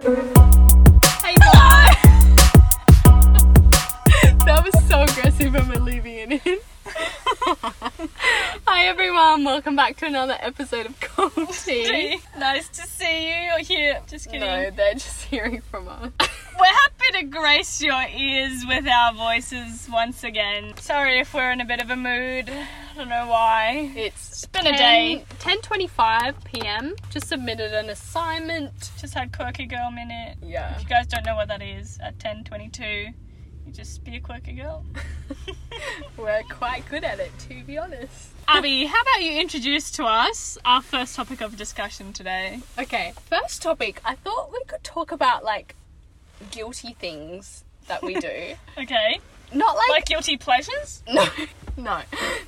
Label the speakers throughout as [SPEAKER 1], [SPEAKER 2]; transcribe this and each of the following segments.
[SPEAKER 1] I know. that was so aggressive. I'm leaving it in. Hi everyone, welcome back to another episode of Cold Tea.
[SPEAKER 2] nice to see you or hear. Just kidding.
[SPEAKER 1] No, they're just hearing from us.
[SPEAKER 2] We're happy to grace your ears with our voices once again. Sorry if we're in a bit of a mood. I don't know why.
[SPEAKER 1] It's
[SPEAKER 2] been a day.
[SPEAKER 1] 10:25 p.m. Just submitted an assignment.
[SPEAKER 2] Just had quirky girl minute.
[SPEAKER 1] Yeah.
[SPEAKER 2] If you guys don't know what that is, at 10:22, you just be a quirky girl.
[SPEAKER 1] We're quite good at it, to be honest.
[SPEAKER 2] Abby, how about you introduce to us our first topic of discussion today?
[SPEAKER 1] Okay, first topic. I thought we could talk about like guilty things that we do.
[SPEAKER 2] Okay.
[SPEAKER 1] Not
[SPEAKER 2] Like guilty pleasures?
[SPEAKER 1] No, no,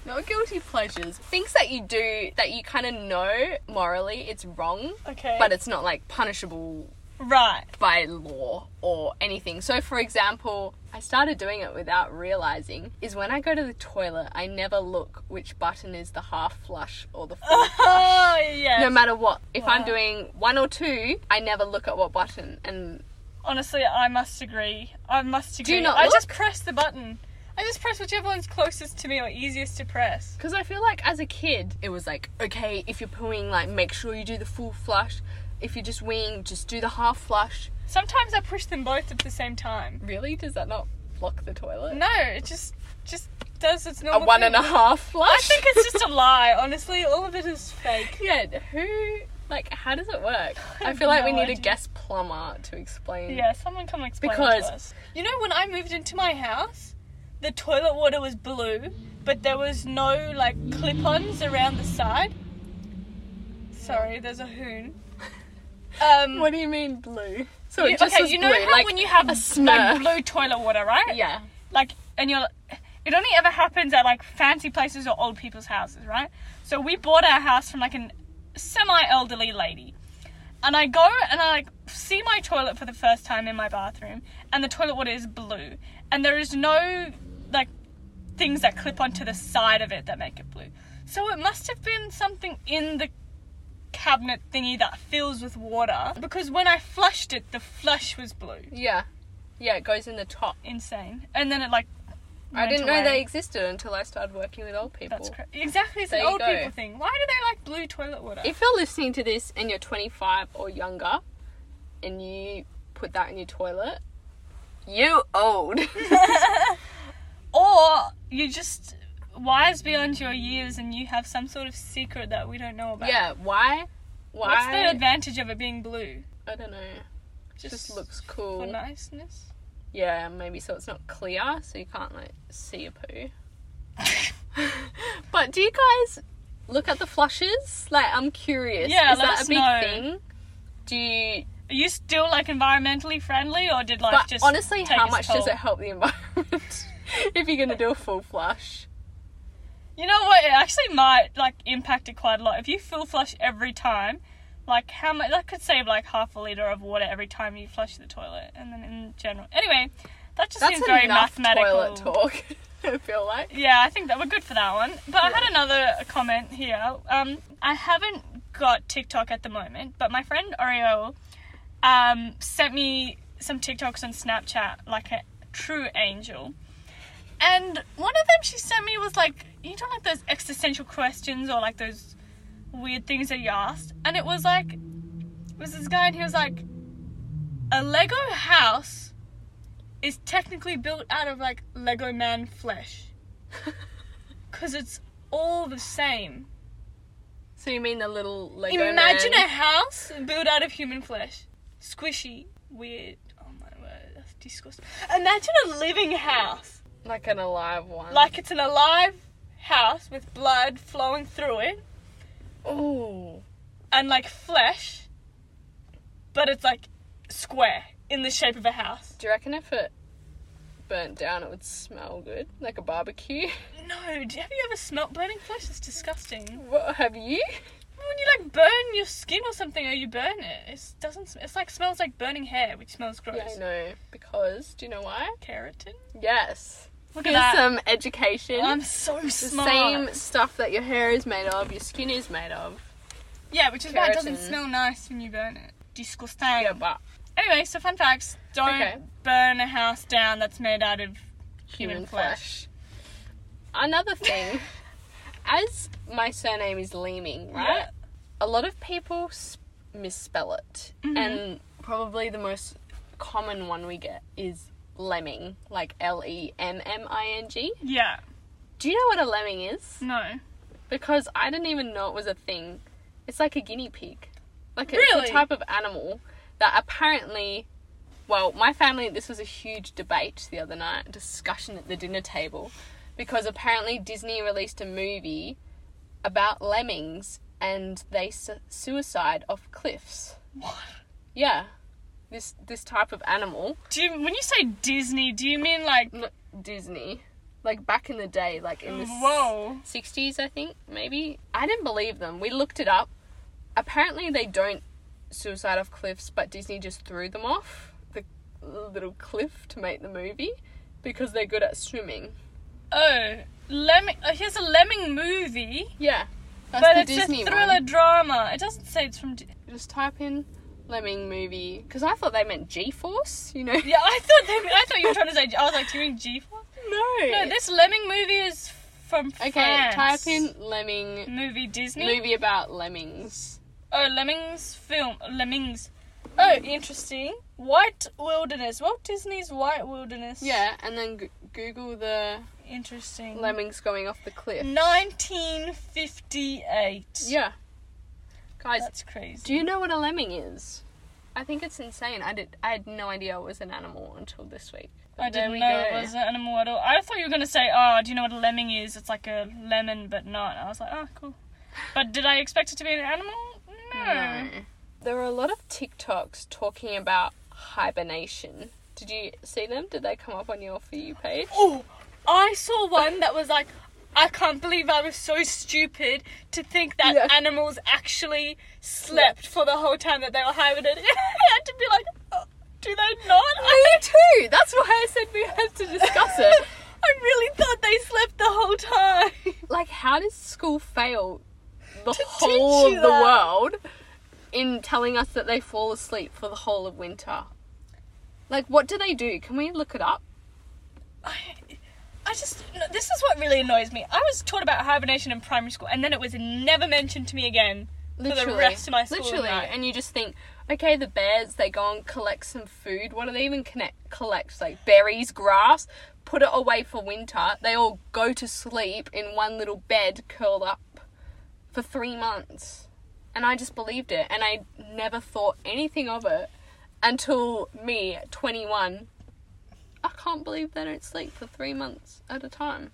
[SPEAKER 1] not guilty pleasures. Things that you do that you kind of know morally it's wrong,
[SPEAKER 2] Okay.
[SPEAKER 1] but it's not like punishable
[SPEAKER 2] right.
[SPEAKER 1] by law or anything. So, for example, I started doing it without realizing is when I go to the toilet, I never look which button is the half flush or the full flush.
[SPEAKER 2] Oh yeah.
[SPEAKER 1] No matter what, if I'm
[SPEAKER 2] Wow.
[SPEAKER 1] doing one or two, I never look at what button. And
[SPEAKER 2] Honestly, I must agree. I must agree.
[SPEAKER 1] you not
[SPEAKER 2] I just
[SPEAKER 1] look?
[SPEAKER 2] press the button. I just press whichever one's closest to me or easiest to press.
[SPEAKER 1] because I feel like as a kid, it was like, okay, if you're pooing, like make sure you do the full flush. If you're just weeing, just do the half flush.
[SPEAKER 2] Sometimes I push them both at the same time.
[SPEAKER 1] Really? Does that not block the toilet?
[SPEAKER 2] No, it just just does its
[SPEAKER 1] A
[SPEAKER 2] normal.
[SPEAKER 1] one
[SPEAKER 2] thing.
[SPEAKER 1] and a half flush?
[SPEAKER 2] I think it's just a lie. Honestly, all of it is fake.
[SPEAKER 1] Yeah, who. Like, how does it work? I
[SPEAKER 2] I have
[SPEAKER 1] feel like we
[SPEAKER 2] no
[SPEAKER 1] need a
[SPEAKER 2] idea.
[SPEAKER 1] guest plumber to explain.
[SPEAKER 2] Yeah, someone come explain
[SPEAKER 1] Because-
[SPEAKER 2] to us. You know, when I moved into my house, the toilet water was blue, but there was no like clip-ons around the side. Sorry, there's a hoon. Um,
[SPEAKER 1] What do you mean blue? So
[SPEAKER 2] You-
[SPEAKER 1] it just
[SPEAKER 2] okay,
[SPEAKER 1] was
[SPEAKER 2] you know
[SPEAKER 1] blue,
[SPEAKER 2] how
[SPEAKER 1] like
[SPEAKER 2] when you have
[SPEAKER 1] a
[SPEAKER 2] like
[SPEAKER 1] smirk.
[SPEAKER 2] blue toilet water, right?
[SPEAKER 1] Yeah.
[SPEAKER 2] Like, and you're, it only ever happens at like fancy places or old people's houses, right? So we bought our house from like an semi-elderly lady, and I go and I like see my toilet for the first time in my bathroom, and the toilet water is blue, and there is no like things that clip onto the side of it that make it blue. So it must have been something in the cabinet thingy that fills with water because when I flushed it, the flush was blue.
[SPEAKER 1] Yeah. Yeah, it goes in the top.
[SPEAKER 2] Insane. And then it like.
[SPEAKER 1] I
[SPEAKER 2] went
[SPEAKER 1] didn't know they
[SPEAKER 2] away.
[SPEAKER 1] existed until I started working with old people.
[SPEAKER 2] That's cra- exactly. It's
[SPEAKER 1] There
[SPEAKER 2] an
[SPEAKER 1] you
[SPEAKER 2] old
[SPEAKER 1] go.
[SPEAKER 2] people thing. Why do they like blue toilet water?
[SPEAKER 1] If you're listening to this and you're 25 or younger and you put that in your toilet, you old.
[SPEAKER 2] or you just wise beyond your years and you have some sort of secret that we don't know about.
[SPEAKER 1] yeah, why? Why?
[SPEAKER 2] What's the advantage of it being blue?
[SPEAKER 1] I don't know. Just, looks cool.
[SPEAKER 2] for niceness.
[SPEAKER 1] Yeah, maybe so it's not clear, so you can't like see a poo. but do you guys look at the flushes? Like, I'm curious.
[SPEAKER 2] Yeah,
[SPEAKER 1] is
[SPEAKER 2] let
[SPEAKER 1] that
[SPEAKER 2] us
[SPEAKER 1] a big
[SPEAKER 2] know.
[SPEAKER 1] thing? Do you?
[SPEAKER 2] Are you still like environmentally friendly, or did life
[SPEAKER 1] But
[SPEAKER 2] just
[SPEAKER 1] honestly,
[SPEAKER 2] take
[SPEAKER 1] how
[SPEAKER 2] its
[SPEAKER 1] much
[SPEAKER 2] toll?
[SPEAKER 1] does it help the environment if you're gonna do a full flush?
[SPEAKER 2] You know what? It actually might like impact it quite a lot. If you full flush every time, like how much that could save like half a liter of water every time you flush the toilet, and then in general. Anyway, that just
[SPEAKER 1] That's
[SPEAKER 2] seems very
[SPEAKER 1] enough
[SPEAKER 2] mathematical.
[SPEAKER 1] toilet talk. I feel like.
[SPEAKER 2] Yeah, I think that we're good for that one. But I had another comment here. Um, I haven't got TikTok at the moment, but my friend Oreo um, sent me some TikToks on Snapchat, like a true angel. And one of them she sent me was like, you know, like those existential questions or like those weird things that you asked. And it was like, it was this guy and he was like, a Lego house is technically built out of like Lego man flesh. Because it's all the same.
[SPEAKER 1] So you mean the little Lego
[SPEAKER 2] Imagine
[SPEAKER 1] man?
[SPEAKER 2] a house built out of human flesh. Squishy, weird. Oh my word, that's disgusting. Imagine a living house.
[SPEAKER 1] like an alive one.
[SPEAKER 2] Like it's an alive house with blood flowing through it
[SPEAKER 1] oh,
[SPEAKER 2] and like flesh, but it's like square in the shape of a house.
[SPEAKER 1] do you reckon if it burnt down, it would smell good, like a barbecue?
[SPEAKER 2] No, do you- have you ever smelt burning flesh? It's disgusting.
[SPEAKER 1] What have you?
[SPEAKER 2] When you like burn your skin or something, or you burn it, it doesn't. sm- It's like smells like burning hair, which smells gross.
[SPEAKER 1] Yeah, I know. Because do you know why?
[SPEAKER 2] Keratin.
[SPEAKER 1] Yes.
[SPEAKER 2] Look
[SPEAKER 1] Here's
[SPEAKER 2] at that.
[SPEAKER 1] some education.
[SPEAKER 2] I'm so
[SPEAKER 1] the
[SPEAKER 2] smart.
[SPEAKER 1] same stuff that your hair is made of, your skin is made of.
[SPEAKER 2] yeah, which is why it doesn't
[SPEAKER 1] Keratin.
[SPEAKER 2] smell nice when you burn it. Disgusting.
[SPEAKER 1] Yeah, but
[SPEAKER 2] Anyway, so fun facts. Don't
[SPEAKER 1] Okay.
[SPEAKER 2] burn a house down that's made out of human,
[SPEAKER 1] Human
[SPEAKER 2] flesh.
[SPEAKER 1] Another thing, as my surname is Leeming, right?
[SPEAKER 2] Yeah.
[SPEAKER 1] A lot of people s- misspell it, and probably the most common one we get is lemming, like L E M M I N G.
[SPEAKER 2] Yeah.
[SPEAKER 1] Do you know what a lemming is?
[SPEAKER 2] No.
[SPEAKER 1] Because I didn't even know it was a thing. It's like a guinea pig. Like it's
[SPEAKER 2] Really?
[SPEAKER 1] a type of animal that apparently well, my family this was a huge debate the other night, discussion at the dinner table because apparently Disney released a movie about lemmings and they su- suicide off cliffs.
[SPEAKER 2] What?
[SPEAKER 1] Yeah. This this type of animal,
[SPEAKER 2] Do you, when you say Disney, do you mean like
[SPEAKER 1] not Disney. Like back in the day, like in the s-
[SPEAKER 2] whoa?
[SPEAKER 1] 60s, I think, maybe. I didn't believe them. We looked it up. Apparently, they don't suicide off cliffs, but Disney just threw them off the little cliff to make the movie because they're good at swimming.
[SPEAKER 2] Oh, lemming. Oh, here's a lemming movie,
[SPEAKER 1] Yeah. That's
[SPEAKER 2] but
[SPEAKER 1] the
[SPEAKER 2] it's
[SPEAKER 1] Disney
[SPEAKER 2] a thriller
[SPEAKER 1] one.
[SPEAKER 2] drama. It doesn't say it's from. Di-
[SPEAKER 1] Just type in lemming movie because I thought they meant G Force, you know?
[SPEAKER 2] yeah, I thought they, I thought you were trying to say. I was like, do you mean G Force?
[SPEAKER 1] No.
[SPEAKER 2] No, this lemming movie is from
[SPEAKER 1] Okay,
[SPEAKER 2] France.
[SPEAKER 1] type in lemming
[SPEAKER 2] movie Disney.
[SPEAKER 1] movie about lemmings.
[SPEAKER 2] Oh, Lemmings film. Lemmings. Oh, interesting. White Wilderness. Walt Disney's White Wilderness.
[SPEAKER 1] Yeah, and then g- Google the
[SPEAKER 2] Interesting.
[SPEAKER 1] lemmings going off the cliff.
[SPEAKER 2] 1958.
[SPEAKER 1] Yeah. Guys,
[SPEAKER 2] That's crazy.
[SPEAKER 1] Do you know what a lemming is? I think it's insane. I did. I had no idea it was an animal until this week. But
[SPEAKER 2] I
[SPEAKER 1] there
[SPEAKER 2] didn't
[SPEAKER 1] we
[SPEAKER 2] know it
[SPEAKER 1] go.
[SPEAKER 2] was an animal at all. I thought you were going to say, oh, do you know what a lemming is? It's like a lemon, but not. I was like, oh, cool. But did I expect it to be an animal? No.
[SPEAKER 1] Hmm. No. There were a lot of TikToks talking about hibernation. Did you see them? Did they come up on your for you page?
[SPEAKER 2] Oh, I saw one that was like, I can't believe I was so stupid to think that
[SPEAKER 1] Yeah.
[SPEAKER 2] animals actually slept for the whole time that they were hibernating. I had to be like, oh, do they not? I,
[SPEAKER 1] Me too. That's why I said we have to discuss it.
[SPEAKER 2] I really thought they slept the whole time.
[SPEAKER 1] like, how does school fail the
[SPEAKER 2] teach
[SPEAKER 1] whole of
[SPEAKER 2] you
[SPEAKER 1] the
[SPEAKER 2] that.
[SPEAKER 1] world in telling us that they fall asleep for the whole of winter? Like, what do they do? Can we look it up?
[SPEAKER 2] I, I just, no, this is what really annoys me. I was taught about hibernation in primary school, and then it was never mentioned to me again.
[SPEAKER 1] literally,
[SPEAKER 2] for the rest of my school
[SPEAKER 1] literally,
[SPEAKER 2] life.
[SPEAKER 1] and you just think, okay, the bears they go and collect some food. What do they even connect, collect? Like berries, grass, put it away for winter. They all go to sleep in one little bed, curled up for three months, and I just believed it, and I never thought anything of it until me, twenty one. I can't believe they don't sleep for three months at a time.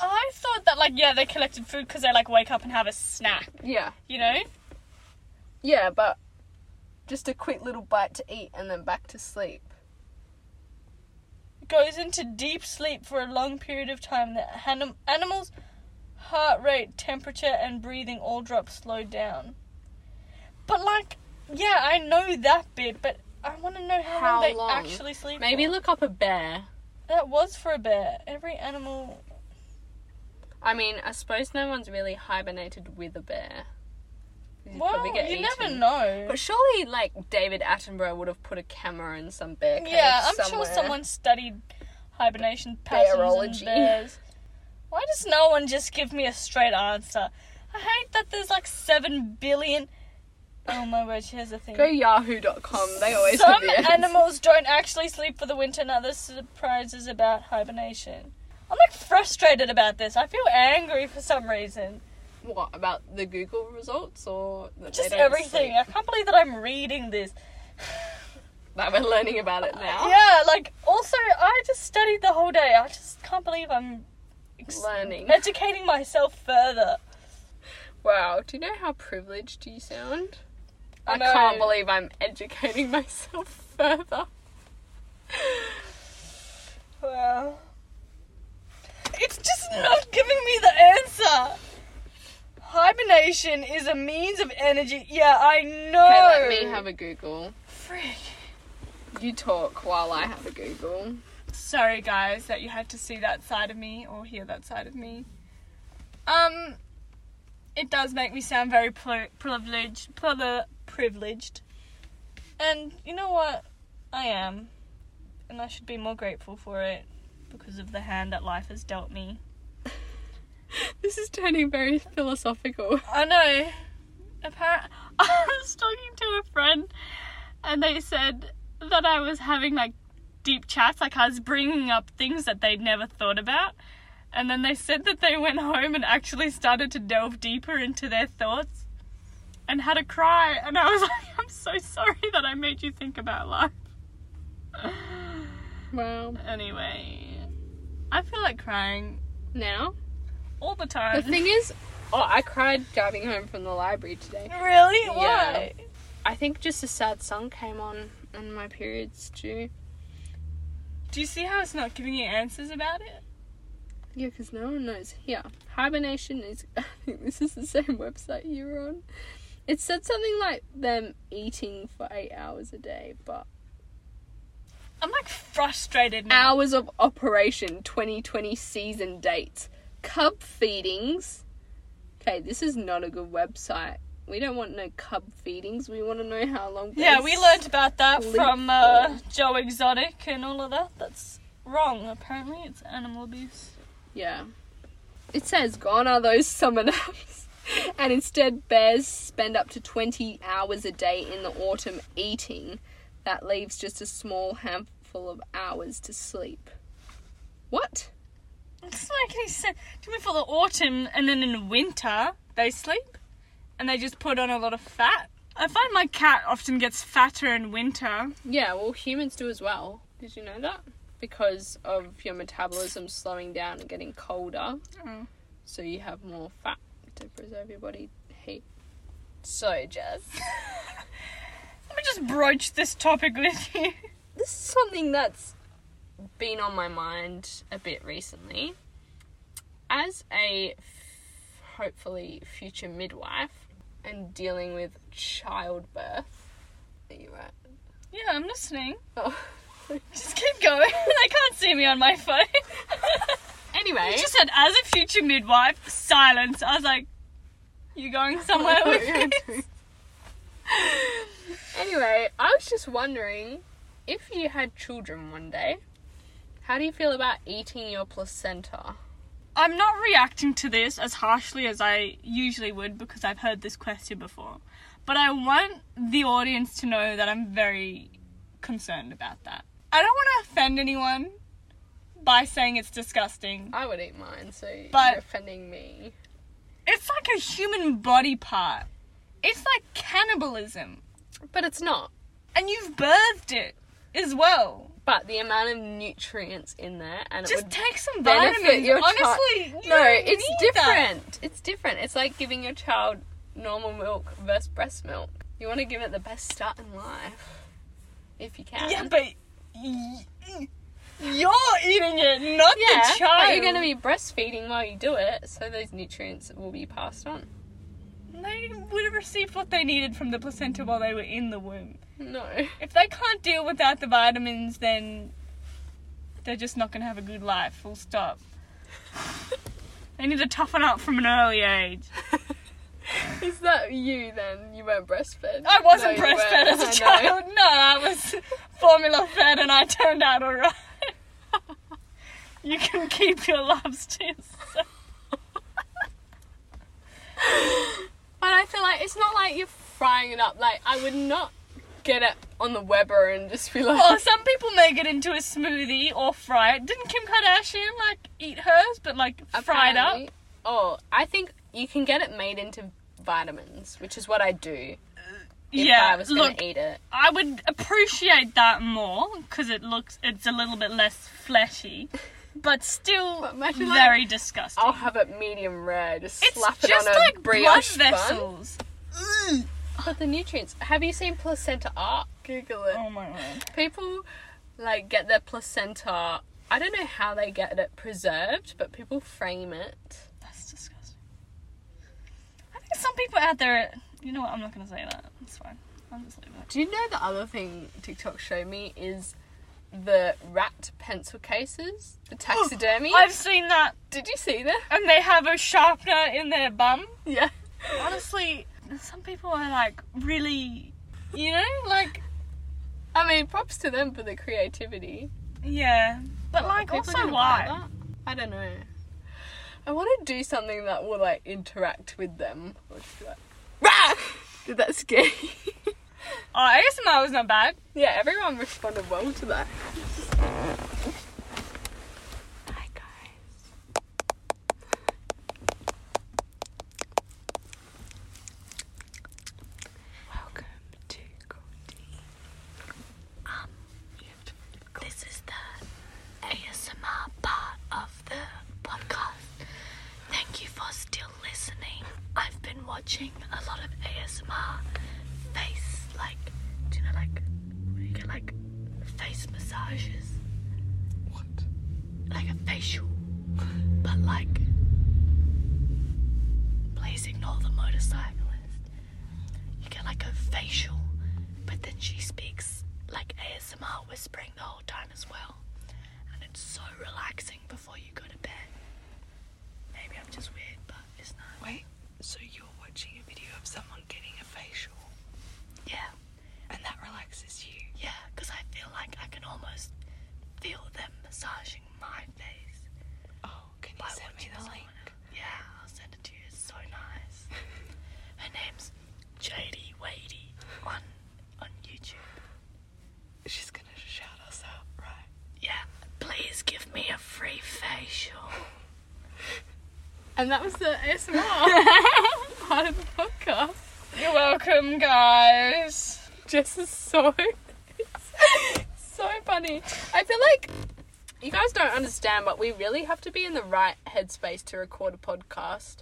[SPEAKER 2] I thought that, like, yeah, they collected food because they, like, wake up and have a snack,
[SPEAKER 1] Yeah.
[SPEAKER 2] you know?
[SPEAKER 1] Yeah, but just a quick little bite to eat and then back to sleep.
[SPEAKER 2] goes into deep sleep for a long period of time. The anim- animal's heart rate, temperature, and breathing all drop slow down. But like, yeah, I know that bit, but I want to know how,
[SPEAKER 1] How
[SPEAKER 2] long they
[SPEAKER 1] long?
[SPEAKER 2] actually sleep.
[SPEAKER 1] Maybe
[SPEAKER 2] for.
[SPEAKER 1] look up a bear.
[SPEAKER 2] that was for a bear. Every animal.
[SPEAKER 1] I mean, I suppose no one's really hibernated with a bear. 'Cause you'd
[SPEAKER 2] Well,
[SPEAKER 1] probably
[SPEAKER 2] you
[SPEAKER 1] get
[SPEAKER 2] never
[SPEAKER 1] eaten.
[SPEAKER 2] know.
[SPEAKER 1] But surely, like David Attenborough would have put a camera in some bear cage.
[SPEAKER 2] yeah, I'm
[SPEAKER 1] somewhere.
[SPEAKER 2] sure someone studied hibernation patterns
[SPEAKER 1] Bearology.
[SPEAKER 2] and bears. Why does no one just give me a straight answer? I hate that there's like seven billion. Oh my word, she has a thing.
[SPEAKER 1] Go yahoo.com. They always have
[SPEAKER 2] Some
[SPEAKER 1] the answer.
[SPEAKER 2] animals don't actually sleep for the winter, and other surprises about hibernation. I'm like frustrated about this. I feel angry for some reason.
[SPEAKER 1] What about the Google results or that they
[SPEAKER 2] Just
[SPEAKER 1] don't
[SPEAKER 2] everything.
[SPEAKER 1] sleep?
[SPEAKER 2] I can't believe that I'm reading this.
[SPEAKER 1] that we're learning about it now?
[SPEAKER 2] Yeah, like also, I just studied the whole day. I just can't believe I'm ex-
[SPEAKER 1] Learning.
[SPEAKER 2] educating myself further.
[SPEAKER 1] Wow. Do you know how privileged you sound? I,
[SPEAKER 2] know.
[SPEAKER 1] can't believe I'm educating myself further.
[SPEAKER 2] Wow. It's just not giving me the answer. Hibernation is a means of energy. Yeah, I know.
[SPEAKER 1] Okay, let me have a Google.
[SPEAKER 2] Frick.
[SPEAKER 1] You talk while I have a Google.
[SPEAKER 2] Sorry, guys, that you had to see that side of me or hear that side of me. Um, it does make me sound very plu- privileged. Plur- privileged. And you know what? I am. And I should be more grateful for it because of the hand that life has dealt me.
[SPEAKER 1] This is turning very philosophical.
[SPEAKER 2] I know. Apparently, I was talking to a friend, and they said that I was having like deep chats, like I was bringing up things that they'd never thought about. And then they said that they went home and actually started to delve deeper into their thoughts and had a cry. And I was like, I'm so sorry that I made you think about life.
[SPEAKER 1] Wow.
[SPEAKER 2] Anyway, I feel like crying
[SPEAKER 1] Now,
[SPEAKER 2] all the
[SPEAKER 1] the
[SPEAKER 2] time.
[SPEAKER 1] thing is, oh, I cried driving home from the library today.
[SPEAKER 2] really?
[SPEAKER 1] Yeah.
[SPEAKER 2] Why?
[SPEAKER 1] I think just a sad song came on and my period's due.
[SPEAKER 2] Do you see how it's not giving you answers about it?
[SPEAKER 1] Yeah, because no one knows. Here, hibernation is. I think this is the same website you were on. It said something like them eating for eight hours a day, but
[SPEAKER 2] I'm like frustrated now.
[SPEAKER 1] hours of operation 2020 season dates, cub feedings. Okay, this is not a good website. We don't want no cub feedings. We want to know how long.
[SPEAKER 2] Yeah,
[SPEAKER 1] they
[SPEAKER 2] we learned about that
[SPEAKER 1] Leap
[SPEAKER 2] from uh, Joe Exotic and all of that. That's wrong. Apparently, it's animal abuse.
[SPEAKER 1] Yeah. It says, gone are those summer naps. and instead, bears spend up to 20 hours a day in the autumn eating. That leaves just a small handful of hours to sleep. What?
[SPEAKER 2] It doesn't make any sense. Do we for the autumn and then in winter they sleep and they just put on a lot of fat? I find my cat often gets fatter in winter.
[SPEAKER 1] Yeah, well, humans do as well. Did you know that? Because of your metabolism slowing down and getting colder.
[SPEAKER 2] Oh.
[SPEAKER 1] So you have more fat to preserve your body heat. So, Jess.
[SPEAKER 2] Let me just broach this topic with you.
[SPEAKER 1] this is something that's been on my mind a bit recently. As a f- hopefully future midwife and dealing with childbirth, are you right?
[SPEAKER 2] Yeah, I'm listening.
[SPEAKER 1] Oh.
[SPEAKER 2] Just keep going. they can't see me on my phone.
[SPEAKER 1] Anyway,
[SPEAKER 2] You just said, as a future midwife, silence. I was like, you going somewhere with this?
[SPEAKER 1] anyway, I was just wondering if you had children one day, how do you feel about eating your placenta?
[SPEAKER 2] I'm not reacting to this as harshly as I usually would because I've heard this question before. But I want the audience to know that I'm very concerned about that. I don't want to offend anyone by saying it's disgusting.
[SPEAKER 1] I would eat mine, so
[SPEAKER 2] But-
[SPEAKER 1] you're offending me.
[SPEAKER 2] It's like a human body part, it's like cannibalism.
[SPEAKER 1] But it's not.
[SPEAKER 2] And you've birthed it as well.
[SPEAKER 1] But the amount of nutrients in there, and it would
[SPEAKER 2] Just take some
[SPEAKER 1] benefit
[SPEAKER 2] vitamins.
[SPEAKER 1] your chi-
[SPEAKER 2] Honestly, you
[SPEAKER 1] No,
[SPEAKER 2] don't
[SPEAKER 1] it's
[SPEAKER 2] need that.
[SPEAKER 1] different. It's different. It's like giving your child normal milk versus breast milk. You want to give it the best start in life, if you can.
[SPEAKER 2] Yeah, but y- y- you're eating it, not
[SPEAKER 1] Yeah,
[SPEAKER 2] the child.
[SPEAKER 1] but you're going to be breastfeeding while you do it, so those nutrients will be passed on.
[SPEAKER 2] They would have received what they needed from the placenta while they were in the womb.
[SPEAKER 1] No,
[SPEAKER 2] If they can't deal without the vitamins, then they're just not going to have a good life. Full stop. they need to toughen up from an early age.
[SPEAKER 1] is that you? Then you weren't breastfed.
[SPEAKER 2] I wasn't
[SPEAKER 1] No, you
[SPEAKER 2] breastfed
[SPEAKER 1] weren't.
[SPEAKER 2] as
[SPEAKER 1] I
[SPEAKER 2] a
[SPEAKER 1] know.
[SPEAKER 2] child. No, I was formula fed and I turned out alright. you can keep your loves to yourself.
[SPEAKER 1] But I feel like it's not like you're frying it up. Like I would not get it on the Weber and just be like,
[SPEAKER 2] Or some people make it into a smoothie or fry it. Didn't Kim Kardashian like eat hers but like fry it up?
[SPEAKER 1] Apparently- Oh, I think you can get it made into vitamins, which is what I do if I
[SPEAKER 2] Yeah,
[SPEAKER 1] was gonna
[SPEAKER 2] look,
[SPEAKER 1] eat it.
[SPEAKER 2] I would appreciate that more because it looks it's a little bit less fleshy, but still
[SPEAKER 1] But imagine, like,
[SPEAKER 2] very disgusting.
[SPEAKER 1] I'll have it medium rare, just
[SPEAKER 2] it's
[SPEAKER 1] slap it
[SPEAKER 2] just
[SPEAKER 1] on a
[SPEAKER 2] like blood
[SPEAKER 1] brioche bun.
[SPEAKER 2] vessels. Ugh.
[SPEAKER 1] But the nutrients. Have you seen placenta art? Google it.
[SPEAKER 2] Oh my word.
[SPEAKER 1] People like get their placenta. I don't know how they get it preserved, but people frame it.
[SPEAKER 2] That's disgusting. I think some people out there, you know what? I'm not gonna say that. It's fine. I'll just leave it.
[SPEAKER 1] Do you know the other thing TikTok showed me is the rat pencil cases, the taxidermy?
[SPEAKER 2] Oh, I've seen that,
[SPEAKER 1] Did you see that?
[SPEAKER 2] and they have a sharpener in their bum.
[SPEAKER 1] Yeah.
[SPEAKER 2] Honestly, some people are like really, you know, like
[SPEAKER 1] mean, props to them for the creativity.
[SPEAKER 2] Yeah. But like,
[SPEAKER 1] People
[SPEAKER 2] also
[SPEAKER 1] gonna buy
[SPEAKER 2] why?
[SPEAKER 1] that? I don't know. I want to do something that will like interact with them. I'll just be like, Rah! Did that scare you?
[SPEAKER 2] Oh, ASMR was not bad.
[SPEAKER 1] yeah, everyone responded well to that. Hi guys. Welcome to Cody. Um, this is the ASMR part of the podcast. Thank you for still listening. I've been watching a lot of ASMR face, like, do you know, like, where you get like face massages? What? Like a facial, but like, please ignore the motorcyclist. You get like a facial, but then she speaks like ASMR whispering the whole time as well. And it's so relaxing before you go to bed. Maybe I'm just weird, but it's not.
[SPEAKER 3] Wait, so you're watching a video of someone getting a facial
[SPEAKER 1] Yeah,
[SPEAKER 3] and that relaxes you?
[SPEAKER 1] yeah, because I feel like I can almost feel them massaging my face.
[SPEAKER 3] Oh, can you
[SPEAKER 1] by
[SPEAKER 3] send me
[SPEAKER 1] watching
[SPEAKER 3] the
[SPEAKER 1] someone
[SPEAKER 3] link?
[SPEAKER 1] else. Yeah, I'll send it to you. It's so nice. Her name's JD Wadey on on YouTube.
[SPEAKER 3] She's gonna shout us out, right?
[SPEAKER 1] Yeah, please give me a free facial. And that was the ASMR part of the podcast.
[SPEAKER 2] You're welcome, guys.
[SPEAKER 1] Jess is so so funny. I feel like you guys don't understand, but we really have to be in the right headspace to record a podcast.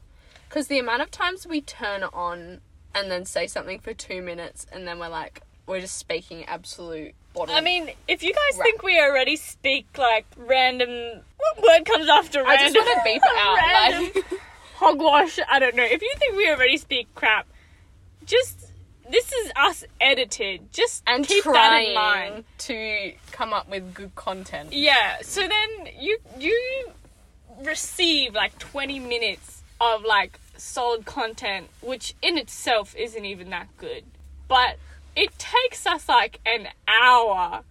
[SPEAKER 1] Because the amount of times we turn it on and then say something for two minutes, and then we're like, we're just speaking absolute bottle.
[SPEAKER 2] I mean, if you guys
[SPEAKER 1] Right.
[SPEAKER 2] think we already speak like random, what word comes after
[SPEAKER 1] I
[SPEAKER 2] random?
[SPEAKER 1] just want to beep it out.
[SPEAKER 2] random
[SPEAKER 1] Like,
[SPEAKER 2] hogwash. I don't know. If you think we already speak crap, just this is us edited. Just
[SPEAKER 1] and
[SPEAKER 2] keep that in
[SPEAKER 1] trying
[SPEAKER 2] mind.
[SPEAKER 1] to come up with good content.
[SPEAKER 2] Yeah. So then you you receive like twenty minutes of like solid content, which in itself isn't even that good. But it takes us like an hour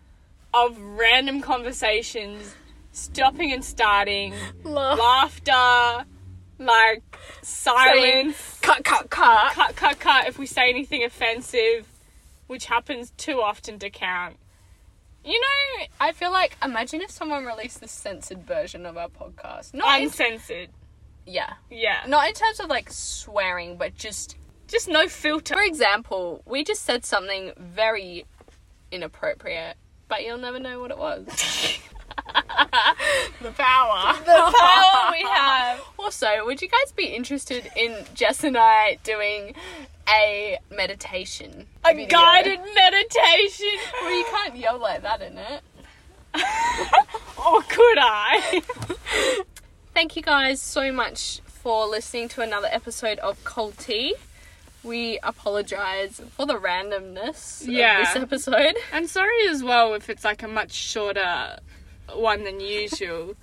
[SPEAKER 2] of random conversations, stopping and starting,
[SPEAKER 1] Love.
[SPEAKER 2] laughter, like silence,
[SPEAKER 1] Cut, cut, cut.
[SPEAKER 2] cut, cut, cut. If we say anything offensive, which happens too often to count. You know,
[SPEAKER 1] I feel like imagine if someone released the censored version of our podcast. Not in,
[SPEAKER 2] uncensored.
[SPEAKER 1] yeah,
[SPEAKER 2] Yeah.
[SPEAKER 1] not in terms of like swearing, but just
[SPEAKER 2] just no filter.
[SPEAKER 1] for example, we just said something very inappropriate, but you'll never know what it was. the power. The
[SPEAKER 2] Oh, we have.
[SPEAKER 1] Also, would you guys be interested in Jess and I doing a meditation?
[SPEAKER 2] A
[SPEAKER 1] video?
[SPEAKER 2] guided meditation.
[SPEAKER 1] Well, you can't yell like that in it.
[SPEAKER 2] or could I?
[SPEAKER 1] Thank you guys so much for listening to another episode of Cold Tea. We apologize for the randomness
[SPEAKER 2] Yeah.
[SPEAKER 1] of this episode.
[SPEAKER 2] I'm sorry as well if it's like a much shorter one than usual.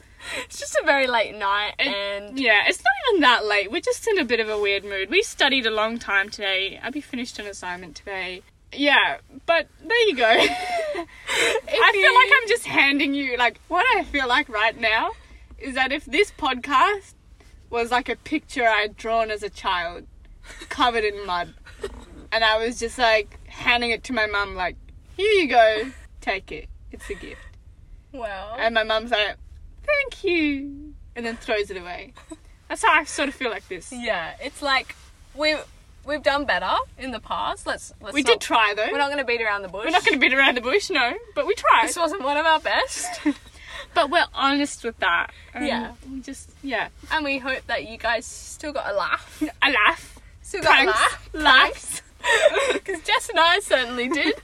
[SPEAKER 1] It's just a very late night
[SPEAKER 2] It-
[SPEAKER 1] and
[SPEAKER 2] yeah, it's not even that late. We're just in a bit of a weird mood. We studied a long time today. Abby finished an assignment today. Yeah, but there you go. I feel like I'm just handing you like what I feel like right now is that if this podcast was like a picture I'd drawn as a child, covered in mud, and I was just like handing it to my mum, like, here you go, take it, it's a gift,
[SPEAKER 1] well.
[SPEAKER 2] and my mum's like, thank you, and then throws it away. That's how I sort of feel like this.
[SPEAKER 1] yeah, it's like we we've done better in the past. Let's, let's
[SPEAKER 2] We
[SPEAKER 1] not-
[SPEAKER 2] did try though.
[SPEAKER 1] We're not going to beat around the bush.
[SPEAKER 2] We're not going to beat around the bush, no, but we tried.
[SPEAKER 1] This wasn't one of our best.
[SPEAKER 2] But we're honest with that. and
[SPEAKER 1] Yeah.
[SPEAKER 2] We just, yeah.
[SPEAKER 1] and we hope that you guys still got a laugh.
[SPEAKER 2] A laugh.
[SPEAKER 1] Still got a
[SPEAKER 2] Pranks.
[SPEAKER 1] laugh.
[SPEAKER 2] Laughs.
[SPEAKER 1] because Jess and I certainly did.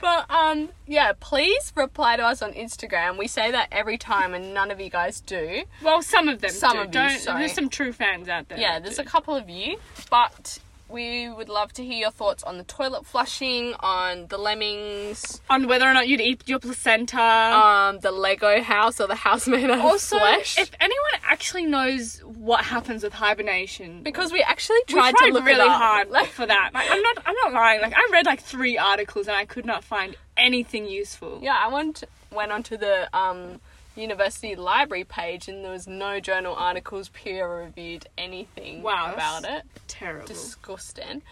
[SPEAKER 1] but um, yeah, please reply to us on Instagram. We say that every time, and none of you guys do.
[SPEAKER 2] Well, some of them.
[SPEAKER 1] Some
[SPEAKER 2] do.
[SPEAKER 1] of you,
[SPEAKER 2] Don't,
[SPEAKER 1] sorry.
[SPEAKER 2] There's some true fans out there.
[SPEAKER 1] Yeah,
[SPEAKER 2] that
[SPEAKER 1] there's
[SPEAKER 2] do.
[SPEAKER 1] a couple of you, but we would love to hear your thoughts on the toilet flushing, on the lemmings,
[SPEAKER 2] on whether or not you'd eat your placenta.
[SPEAKER 1] um, the Lego house or the house made out
[SPEAKER 2] also,
[SPEAKER 1] of flesh.
[SPEAKER 2] if anyone actually knows what happens with hibernation,
[SPEAKER 1] because we actually
[SPEAKER 2] we tried,
[SPEAKER 1] tried, to look
[SPEAKER 2] really
[SPEAKER 1] it up.
[SPEAKER 2] hard for that. Like, I'm not, I'm not lying. Like I read like three articles and I could not find anything useful.
[SPEAKER 1] Yeah, I went went onto the um, university library page and there was no journal articles peer reviewed anything
[SPEAKER 2] Wow,
[SPEAKER 1] about
[SPEAKER 2] that's
[SPEAKER 1] it.
[SPEAKER 2] Terrible.
[SPEAKER 1] Disgusting.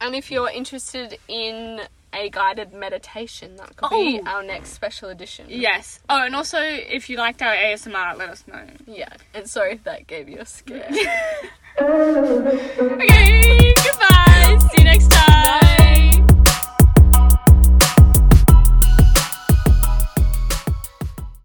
[SPEAKER 1] And if you're interested in a guided meditation, that could be
[SPEAKER 2] Oh.
[SPEAKER 1] our next special edition.
[SPEAKER 2] yes. Oh, and also if you liked our ASMR, let us know.
[SPEAKER 1] Yeah. And sorry if that gave you a scare.
[SPEAKER 2] Okay.